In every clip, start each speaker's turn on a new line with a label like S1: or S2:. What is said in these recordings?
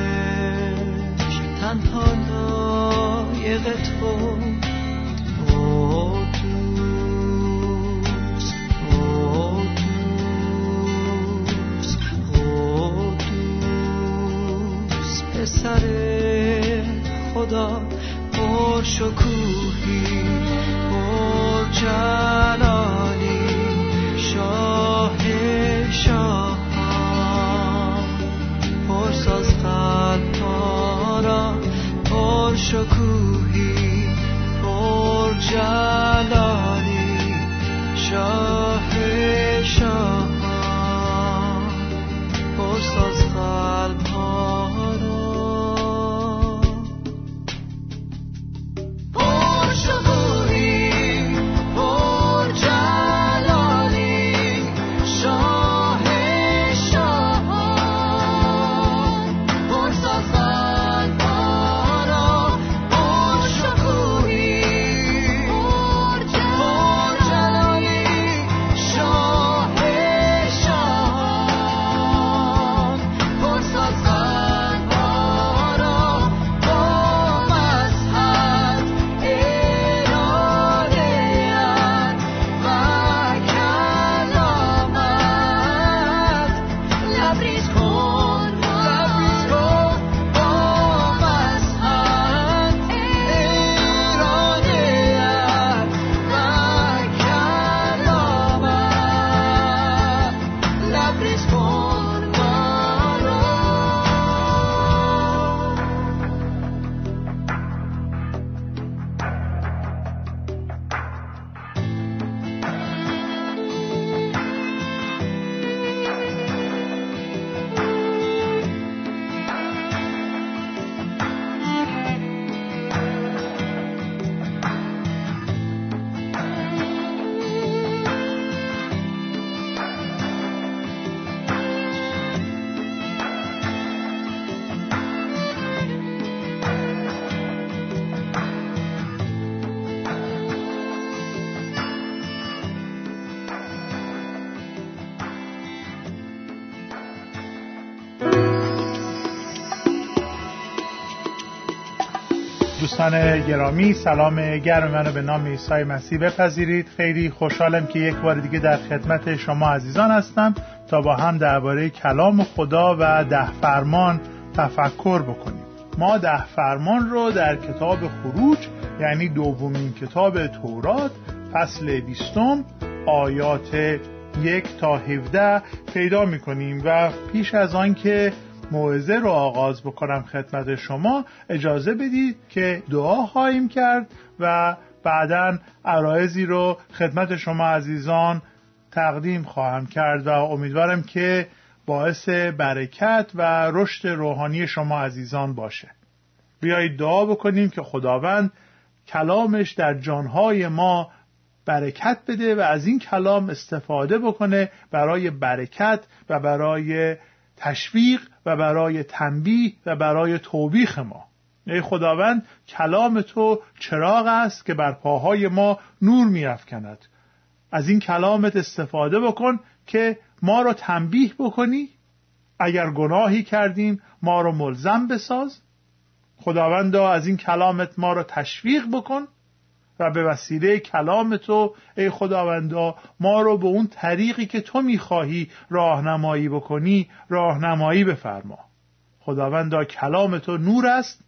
S1: آرایش تنها لایق تو قدوس قدوس قدوس پسر خدا پر شکوهی پر جلالی شاه شاهان پرساز قلب ما را پر شکوهی پر جلالی شاه شاهان پرساز قلب ما را پر شکوهی پر جلالی شاه شاهان پر سازد ما را پر شکوهی پر جلالی شاه شاهان پر سازد ما را با مذهب اراده‌ات و کلامت لبریز کن با مذهب اراده‌ات و کلامت لبریز کن ما را
S2: دوستان گرامی سلام گرم منو به نام عیسی مسیح بپذیرید خیلی خوشحالم که یک بار دیگه در خدمت شما عزیزان هستم تا با هم درباره کلام خدا و ده فرمان تفکر بکنیم ما ده فرمان رو در کتاب خروج یعنی دومین کتاب تورات فصل بیستم آیات یک تا 17 پیدا میکنیم و پیش از آنکه موعظه رو آغاز بکنم خدمت شما اجازه بدید که دعا خواهیم کرد و بعدا عرایزی رو خدمت شما عزیزان تقدیم خواهم کرد و امیدوارم که باعث برکت و رشد روحانی شما عزیزان باشه بیایید دعا بکنیم که خداوند کلامش در جانهای ما برکت بده و از این کلام استفاده بکنه برای برکت و برای تشویق و برای تنبیه و برای توبیخ ما ای خداوند کلام تو چراغ است که بر پاهای ما نور میافکند از این کلامت استفاده بکن که ما را تنبیه بکنی اگر گناهی کردیم ما را ملزم بساز خداوندا از این کلامت ما را تشویق بکن و به وسیله کلام تو ای خداوندا ما رو به اون طریقی که تو میخواهی راهنمایی بکنی راهنمایی بفرما خداوندا کلام تو نور است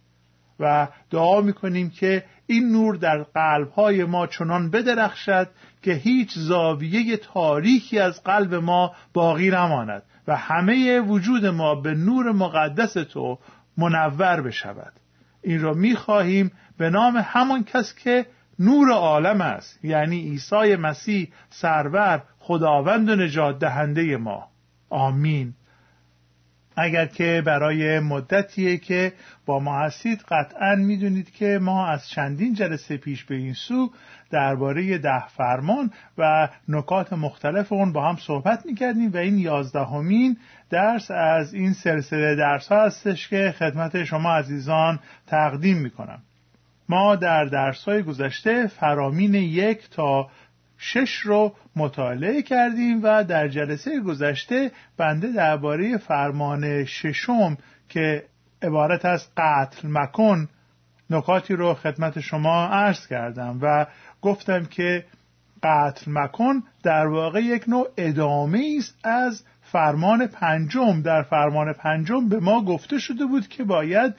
S2: و دعا میکنیم که این نور در قلبهای ما چنان بدرخشد که هیچ زاویه تاریکی از قلب ما باقی نماند و همه وجود ما به نور مقدس تو منور بشود این را میخواهیم به نام همان کس که نور عالم است یعنی عیسی مسیح سرور خداوند و نجات دهنده ما آمین اگر که برای مدتیه که با ما هستید قطعا میدونید که ما از چندین جلسه پیش به این سو درباره ده فرمان و نکات مختلف اون با هم صحبت میکردیم و این یازدهمین درس از این سلسله درس ها هستش که خدمت شما عزیزان تقدیم میکنم ما در درس‌های گذشته فرامین یک تا 6 رو مطالعه کردیم و در جلسه گذشته بنده درباره فرمان ششم که عبارت از قتل مکن نکاتی رو خدمت شما عرض کردم و گفتم که قتل مکن در واقع یک نوع ادامه است از فرمان پنجم در فرمان پنجم به ما گفته شده بود که باید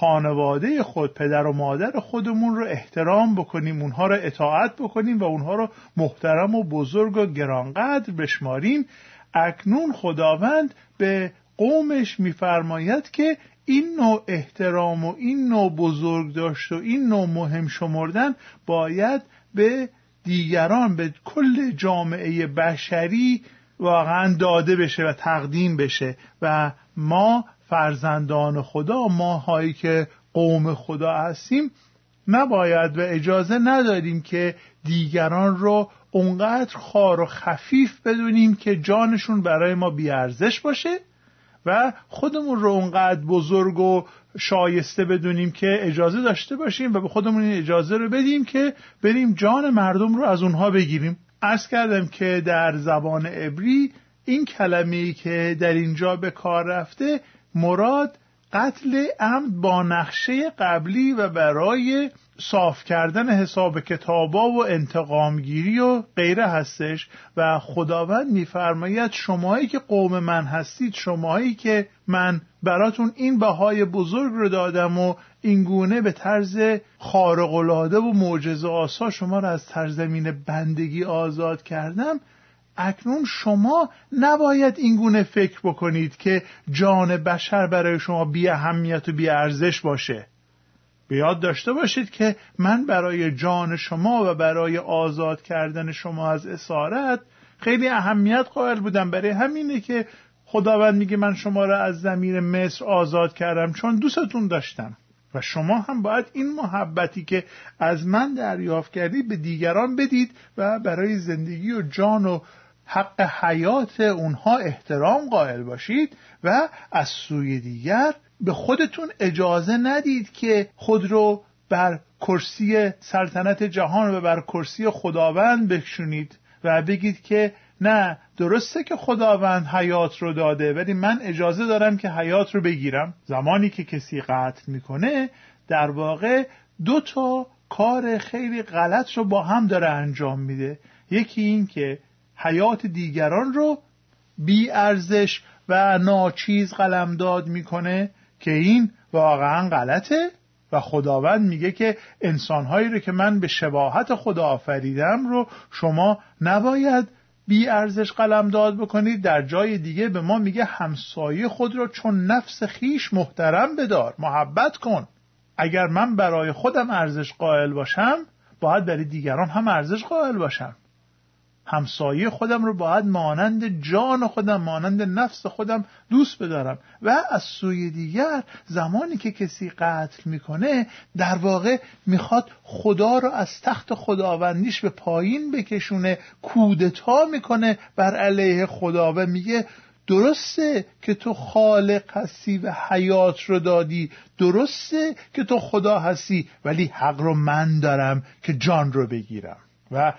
S2: خانواده خود پدر و مادر خودمون رو احترام بکنیم اونها رو اطاعت بکنیم و اونها رو محترم و بزرگ و گرانقدر بشماریم اکنون خداوند به قومش میفرماید که این نوع احترام و این نوع بزرگ داشت و این نوع مهم شمردن باید به دیگران به کل جامعه بشری واقعا داده بشه و تقدیم بشه و ما فرزندان خدا ماهایی که قوم خدا هستیم نباید و اجازه نداریم که دیگران رو اونقدر خار و خفیف بدونیم که جانشون برای ما بیارزش باشه و خودمون رو اونقدر بزرگ و شایسته بدونیم که اجازه داشته باشیم و به خودمون این اجازه رو بدیم که بریم جان مردم رو از اونها بگیریم عرض کردم که در زبان عبری این کلمه ای که در اینجا به کار رفته مراد قتل عمد با نقشه قبلی و برای صاف کردن حساب کتابا و انتقامگیری و غیره هستش و خداوند میفرماید شماهایی که قوم من هستید شماهایی که من براتون این بهای بزرگ رو دادم و این گونه به طرز خارق‌العاده و معجزه آسا شما رو از ترزمین بندگی آزاد کردم اکنون شما نباید این گونه فکر بکنید که جان بشر برای شما بی اهمیت و بی ارزش باشه به یاد داشته باشید که من برای جان شما و برای آزاد کردن شما از اسارت خیلی اهمیت قائل بودم برای همینه که خداوند میگه من شما را از زمین مصر آزاد کردم چون دوستتون داشتم و شما هم باید این محبتی که از من دریافت کردید به دیگران بدید و برای زندگی و جان و حق حیات اونها احترام قائل باشید و از سوی دیگر به خودتون اجازه ندید که خود رو بر کرسی سلطنت جهان و بر کرسی خداوند بکشونید و بگید که نه درسته که خداوند حیات رو داده ولی من اجازه دارم که حیات رو بگیرم زمانی که کسی قتل میکنه در واقع دو تا کار خیلی غلط رو با هم داره انجام میده یکی این که حیات دیگران رو بی ارزش و ناچیز قلمداد میکنه که این واقعا غلطه و خداوند میگه که انسانهایی رو که من به شباهت خدا آفریدم رو شما نباید بی ارزش قلم داد بکنید در جای دیگه به ما میگه همسایه خود را چون نفس خیش محترم بدار محبت کن اگر من برای خودم ارزش قائل باشم باید برای دیگران هم ارزش قائل باشم همسایه خودم رو باید مانند جان خودم مانند نفس خودم دوست بدارم و از سوی دیگر زمانی که کسی قتل میکنه در واقع میخواد خدا رو از تخت خداوندیش به پایین بکشونه کودتا میکنه بر علیه خدا و میگه درسته که تو خالق هستی و حیات رو دادی درسته که تو خدا هستی ولی حق رو من دارم که جان رو بگیرم و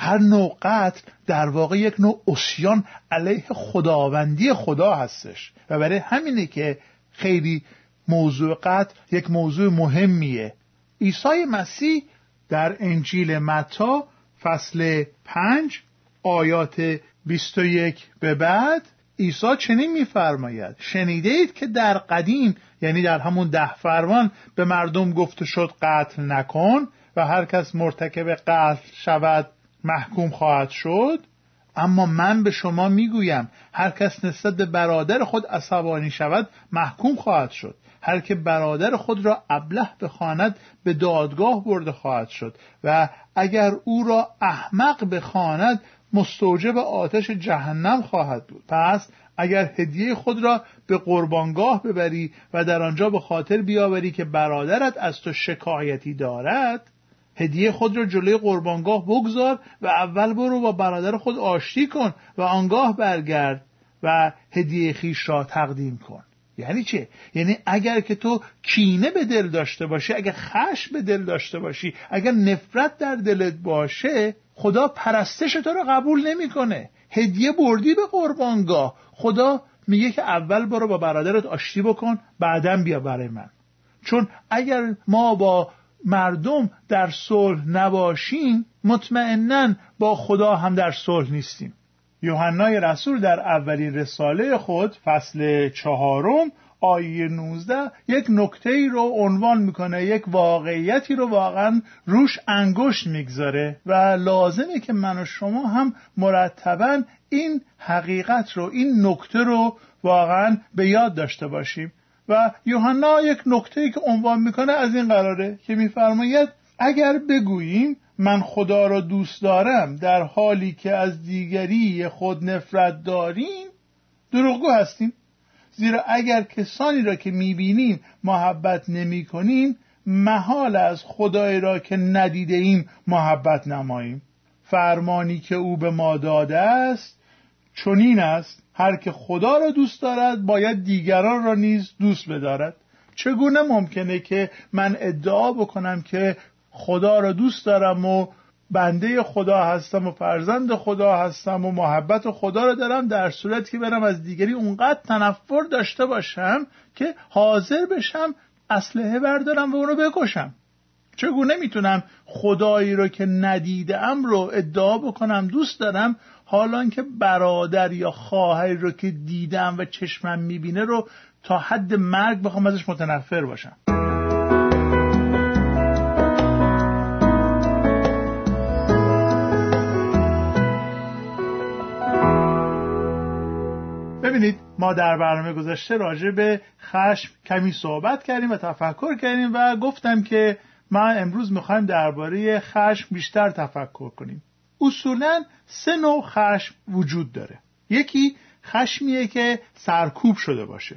S2: هر نوع قتل در واقع یک نوع اسیان علیه خداوندی خدا هستش و برای همینه که خیلی موضوع قتل یک موضوع مهمیه عیسی مسیح در انجیل متا فصل 5 آیات 21 به بعد عیسی چنین میفرماید شنیده اید که در قدیم یعنی در همون ده فرمان به مردم گفته شد قتل نکن و هر کس مرتکب قتل شود محکوم خواهد شد اما من به شما میگویم هر کس نسبت به برادر خود عصبانی شود محکوم خواهد شد هر که برادر خود را ابله بخواند به دادگاه برده خواهد شد و اگر او را احمق بخواند مستوجب آتش جهنم خواهد بود پس اگر هدیه خود را به قربانگاه ببری و در آنجا به خاطر بیاوری که برادرت از تو شکایتی دارد هدیه خود را جلوی قربانگاه بگذار و اول برو با برادر خود آشتی کن و آنگاه برگرد و هدیه خیش را تقدیم کن یعنی چه؟ یعنی اگر که تو کینه به دل داشته باشی اگر خش به دل داشته باشی اگر نفرت در دلت باشه خدا پرستش تو رو قبول نمیکنه هدیه بردی به قربانگاه خدا میگه که اول برو با برادرت آشتی بکن بعدا بیا برای من چون اگر ما با مردم در صلح نباشیم مطمئنا با خدا هم در صلح نیستیم یوحنای رسول در اولین رساله خود فصل چهارم آیه 19 یک نکته ای رو عنوان میکنه یک واقعیتی رو واقعا روش انگشت میگذاره و لازمه که من و شما هم مرتبا این حقیقت رو این نکته رو واقعا به یاد داشته باشیم و یوحنا یک نکته ای که عنوان میکنه از این قراره که میفرماید اگر بگوییم من خدا را دوست دارم در حالی که از دیگری خود نفرت داریم دروغگو هستیم زیرا اگر کسانی را که میبینیم محبت نمی کنیم محال از خدایی را که ندیده ایم محبت نماییم فرمانی که او به ما داده است چنین است هر که خدا را دوست دارد باید دیگران را نیز دوست بدارد چگونه ممکنه که من ادعا بکنم که خدا را دوست دارم و بنده خدا هستم و فرزند خدا هستم و محبت خدا را دارم در صورتی که برم از دیگری اونقدر تنفر داشته باشم که حاضر بشم اسلحه بردارم و اونو بکشم چگونه میتونم خدایی رو که ندیدم رو ادعا بکنم دوست دارم حالان که برادر یا خواهری رو که دیدم و چشمم میبینه رو تا حد مرگ بخوام ازش متنفر باشم ببینید ما در برنامه گذشته راجع به خشم کمی صحبت کردیم و تفکر کردیم و گفتم که ما امروز میخوایم درباره خشم بیشتر تفکر کنیم اصولا سه نوع خشم وجود داره یکی خشمیه که سرکوب شده باشه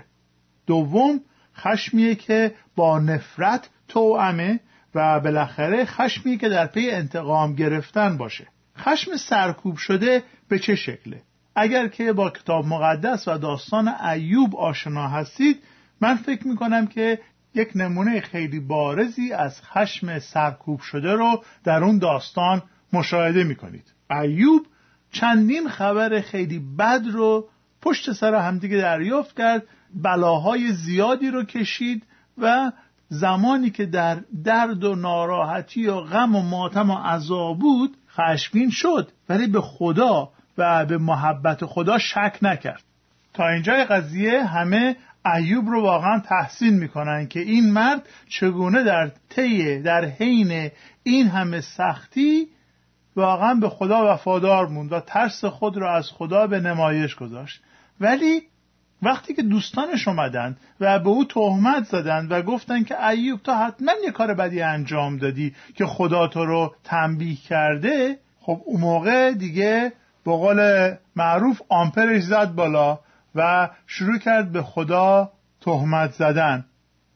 S2: دوم خشمیه که با نفرت توأمه و بالاخره خشمیه که در پی انتقام گرفتن باشه خشم سرکوب شده به چه شکله اگر که با کتاب مقدس و داستان ایوب آشنا هستید من فکر می کنم که یک نمونه خیلی بارزی از خشم سرکوب شده رو در اون داستان مشاهده می کنید ایوب چندین خبر خیلی بد رو پشت سر همدیگه دریافت کرد بلاهای زیادی رو کشید و زمانی که در درد و ناراحتی و غم و ماتم و عذاب بود خشمگین شد ولی به خدا و به محبت خدا شک نکرد تا اینجای قضیه همه ایوب رو واقعا تحسین میکنن که این مرد چگونه در طی در حین این همه سختی واقعا به خدا وفادار موند و ترس خود را از خدا به نمایش گذاشت ولی وقتی که دوستانش اومدن و به او تهمت زدند و گفتن که ایوب تا حتما یه کار بدی انجام دادی که خدا تو رو تنبیه کرده خب اون موقع دیگه به قول معروف آمپرش زد بالا و شروع کرد به خدا تهمت زدن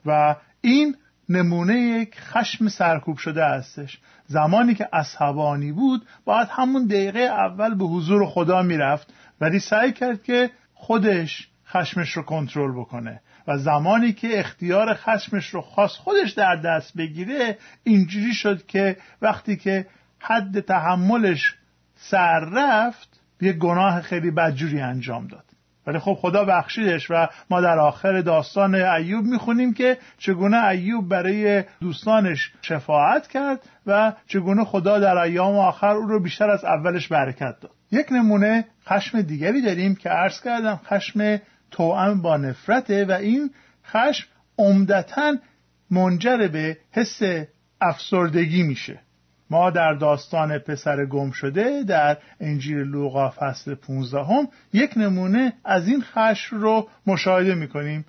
S2: و این نمونه یک خشم سرکوب شده هستش زمانی که عصبانی بود باید همون دقیقه اول به حضور خدا میرفت ولی سعی کرد که خودش خشمش رو کنترل بکنه و زمانی که اختیار خشمش رو خواست خودش در دست بگیره اینجوری شد که وقتی که حد تحملش سر رفت یه گناه خیلی بدجوری انجام داد ولی خب خدا بخشیدش و ما در آخر داستان ایوب میخونیم که چگونه ایوب برای دوستانش شفاعت کرد و چگونه خدا در ایام آخر او رو بیشتر از اولش برکت داد یک نمونه خشم دیگری داریم که عرض کردم خشم توأم با نفرته و این خشم عمدتا منجر به حس افسردگی میشه ما در داستان پسر گم شده در انجیل لوقا فصل 15 هم یک نمونه از این خشم رو مشاهده میکنیم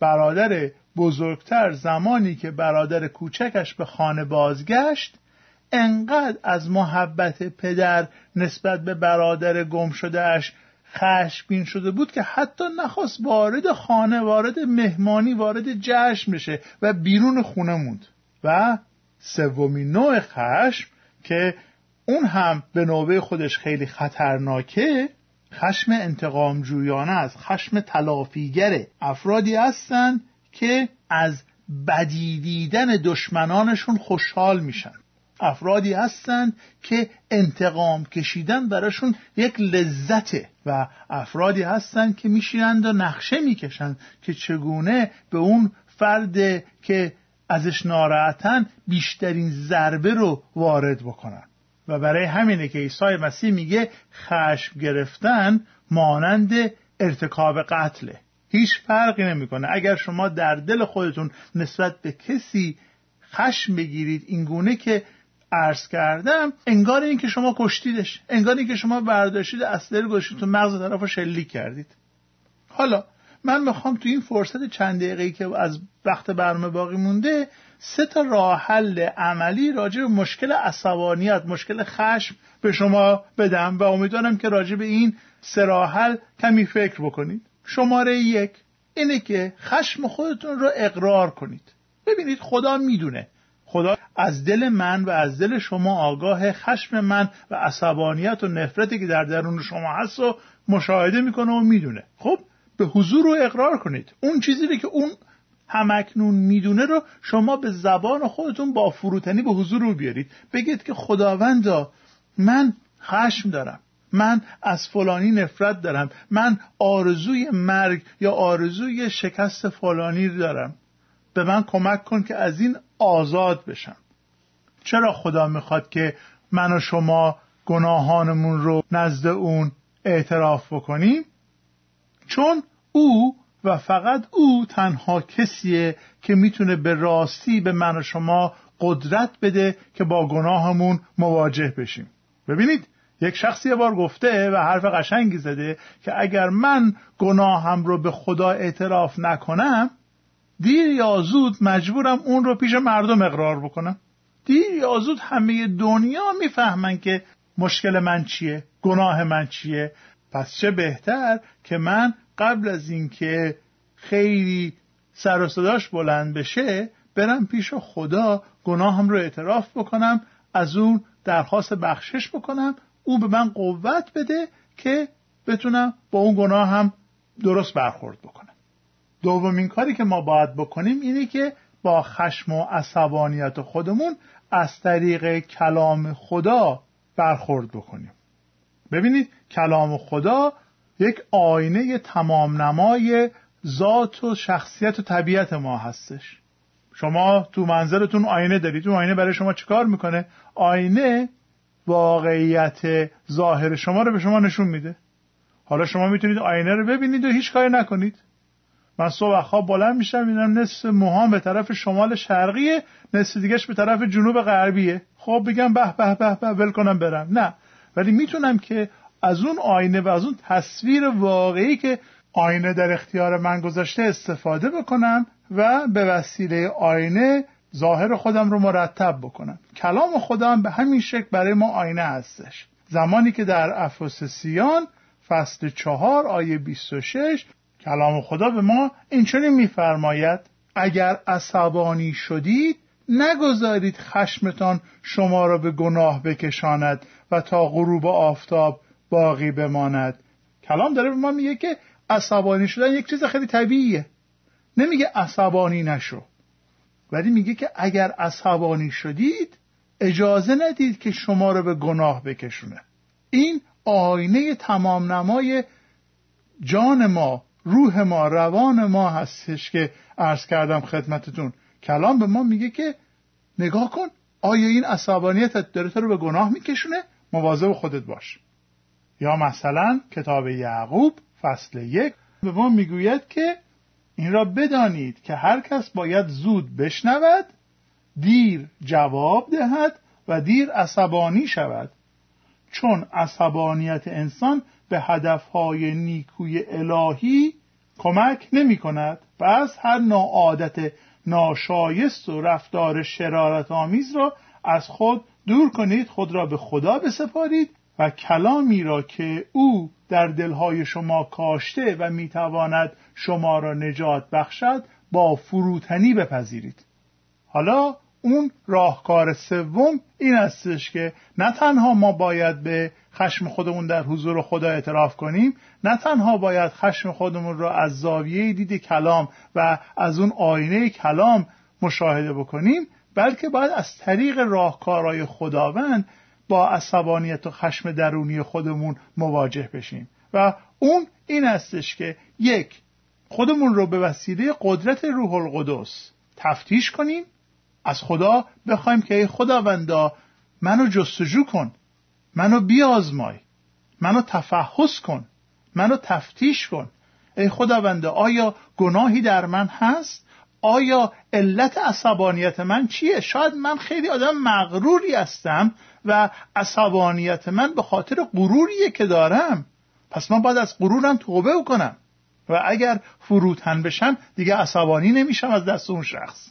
S2: برادر بزرگتر زمانی که برادر کوچکش به خانه بازگشت انقدر از محبت پدر نسبت به برادر گم شدهش خشمگین شده بود که حتی نخواست وارد خانه وارد مهمانی وارد جشن بشه و بیرون خونه موند و سومین نوع خشم که اون هم به نوبه خودش خیلی خطرناکه خشم انتقام جویانه است خشم تلافیگره افرادی هستند که از بدی دیدن دشمنانشون خوشحال میشن افرادی هستند که انتقام کشیدن براشون یک لذته و افرادی هستند که میشینند و نقشه میکشند که چگونه به اون فرد که ازش ناراحتن بیشترین ضربه رو وارد بکنن و برای همینه که عیسی مسیح میگه خشم گرفتن مانند ارتکاب قتله هیچ فرقی نمیکنه اگر شما در دل خودتون نسبت به کسی خشم بگیرید اینگونه که عرض کردم انگار اینکه شما کشتیدش انگار اینکه شما برداشتید اسلحه رو گذاشتید تو مغز طرف رو شلیک کردید حالا من میخوام تو این فرصت چند دقیقه که از وقت برنامه باقی مونده سه تا راه حل عملی راجع به مشکل عصبانیت مشکل خشم به شما بدم و امیدوارم که راجع به این سه راه حل کمی فکر بکنید شماره یک اینه که خشم خودتون رو اقرار کنید ببینید خدا میدونه خدا از دل من و از دل شما آگاه خشم من و عصبانیت و نفرتی که در درون شما هست و مشاهده میکنه و میدونه خب به حضور رو اقرار کنید اون چیزی رو که اون همکنون میدونه رو شما به زبان خودتون با فروتنی به حضور رو بیارید بگید که خداوندا من خشم دارم من از فلانی نفرت دارم من آرزوی مرگ یا آرزوی شکست فلانی رو دارم به من کمک کن که از این آزاد بشم چرا خدا میخواد که من و شما گناهانمون رو نزد اون اعتراف بکنیم چون او و فقط او تنها کسیه که میتونه به راستی به من و شما قدرت بده که با گناهمون مواجه بشیم ببینید یک شخصی یه بار گفته و حرف قشنگی زده که اگر من گناهم رو به خدا اعتراف نکنم دیر یا زود مجبورم اون رو پیش مردم اقرار بکنم دیر یا زود همه دنیا میفهمن که مشکل من چیه گناه من چیه پس چه بهتر که من قبل از اینکه خیلی سر و صداش بلند بشه برم پیش خدا گناهم رو اعتراف بکنم از اون درخواست بخشش بکنم او به من قوت بده که بتونم با اون گناه هم درست برخورد بکنم دومین کاری که ما باید بکنیم اینه که با خشم و عصبانیت خودمون از طریق کلام خدا برخورد بکنیم ببینید کلام خدا یک آینه تمام نمای ذات و شخصیت و طبیعت ما هستش شما تو منظرتون آینه دارید اون آینه برای شما چیکار میکنه آینه واقعیت ظاهر شما رو به شما نشون میده حالا شما میتونید آینه رو ببینید و هیچ کاری نکنید من صبح خواب بلند میشم میبینم نصف موهام به طرف شمال شرقیه نصف دیگهش به طرف جنوب غربیه خب بگم به به به به ول کنم برم نه ولی میتونم که از اون آینه و از اون تصویر واقعی که آینه در اختیار من گذاشته استفاده بکنم و به وسیله آینه ظاهر خودم رو مرتب بکنم کلام خودم به همین شکل برای ما آینه هستش زمانی که در افسسیان فصل چهار آیه 26 کلام خدا به ما اینچنین میفرماید اگر عصبانی شدید نگذارید خشمتان شما را به گناه بکشاند و تا غروب آفتاب باقی بماند کلام داره به ما میگه که عصبانی شدن یک چیز خیلی طبیعیه نمیگه عصبانی نشو ولی میگه که اگر عصبانی شدید اجازه ندید که شما رو به گناه بکشونه این آینه تمام نمای جان ما روح ما روان ما هستش که عرض کردم خدمتتون کلام به ما میگه که نگاه کن آیا این عصبانیتت داره تو رو به گناه میکشونه مواظب خودت باش یا مثلا کتاب یعقوب فصل یک به ما میگوید که این را بدانید که هر کس باید زود بشنود دیر جواب دهد و دیر عصبانی شود چون عصبانیت انسان به هدفهای نیکوی الهی کمک نمی کند پس هر نوع عادت ناشایست و رفتار شرارت آمیز را از خود دور کنید خود را به خدا بسپارید و کلامی را که او در دلهای شما کاشته و میتواند شما را نجات بخشد با فروتنی بپذیرید حالا اون راهکار سوم این استش که نه تنها ما باید به خشم خودمون در حضور خدا اعتراف کنیم نه تنها باید خشم خودمون را از زاویه دید کلام و از اون آینه کلام مشاهده بکنیم بلکه باید از طریق راهکارهای خداوند با عصبانیت و خشم درونی خودمون مواجه بشیم و اون این استش که یک خودمون رو به وسیله قدرت روح القدس تفتیش کنیم از خدا بخوایم که ای خداوندا منو جستجو کن منو بیازمای منو تفحص کن منو تفتیش کن ای خداونده آیا گناهی در من هست آیا علت عصبانیت من چیه شاید من خیلی آدم مغروری هستم و عصبانیت من به خاطر غروریه که دارم پس من باید از غرورم توبه کنم و اگر فروتن بشم دیگه عصبانی نمیشم از دست اون شخص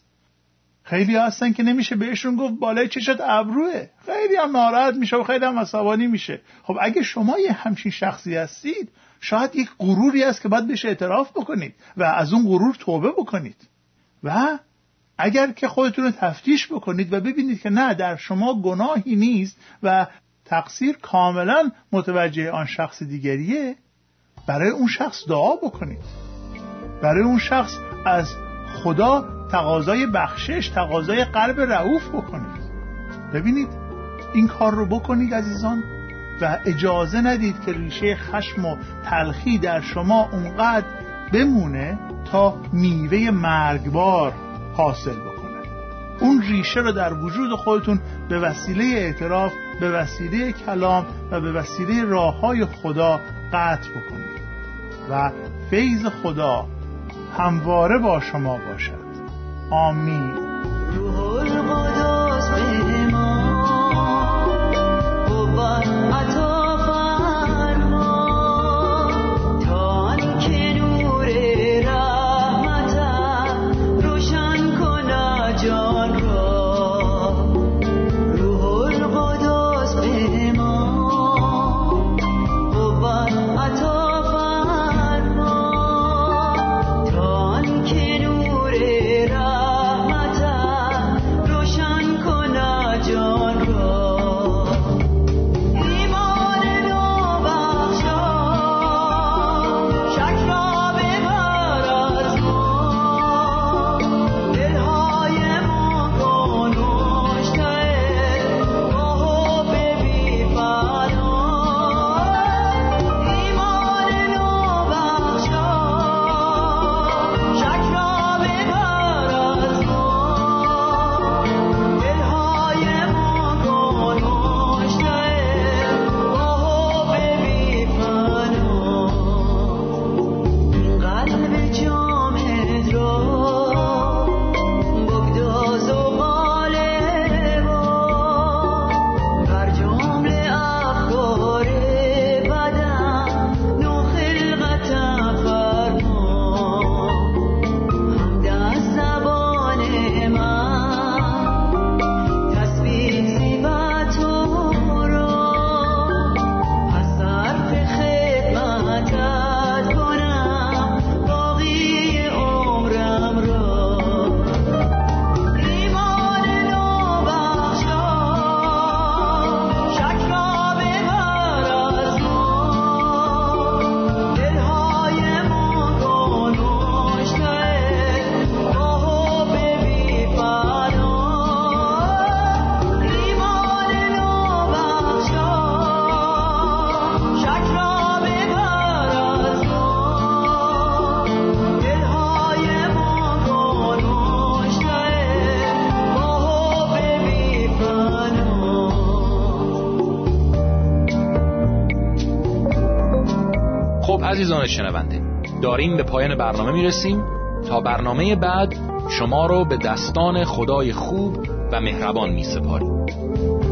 S2: خیلی هستن که نمیشه بهشون گفت بالای چشت ابروه خیلی هم ناراحت میشه و خیلی هم عصبانی میشه خب اگه شما یه همچین شخصی هستید شاید یک غروری هست که باید بهش اعتراف بکنید و از اون غرور توبه بکنید و اگر که خودتون رو تفتیش بکنید و ببینید که نه در شما گناهی نیست و تقصیر کاملا متوجه آن شخص دیگریه برای اون شخص دعا بکنید برای اون شخص از خدا تقاضای بخشش تقاضای قلب رعوف بکنید ببینید این کار رو بکنید عزیزان و اجازه ندید که ریشه خشم و تلخی در شما اونقدر بمونه تا میوه مرگبار حاصل بکنه اون ریشه رو در وجود خودتون به وسیله اعتراف به وسیله کلام و به وسیله راه های خدا قطع بکنید و فیض خدا همواره با شما باشد آمین
S1: روح القدس به ما قوت عطا فرما تا آنکه نور رحمتت روشن کند جان را روح القدس به ما قوت عطا فرما تا آنکه نور رحمتت روشن کند جان را ایمان نوبخشا شک را ببر از ما دلهای ما کن مشتعل با حب بی فنا ایمان نوبخشا شک را ببر از ما دلهای ما کن مشتعل با حب بی فنا قلب جامد را بگداز و قالبا بر جمله افکار بدن نو خلقتم فرما هم دست زبان من تسبیح زیبت تو را از صرف خدمتت کنم باقی عمرم را ایمان نوبخشا شک را ببر از ما دلهای ما کن مشتعل با حب بی فنا ایمان نوبخشا شک را ببر از ما دلهای ما کن مشتعل با حب بی فنا
S3: خب عزیزان شنونده داریم به پایان برنامه میرسیم تا برنامه بعد شما رو به دستان خدای خوب و مهربان میسپاریم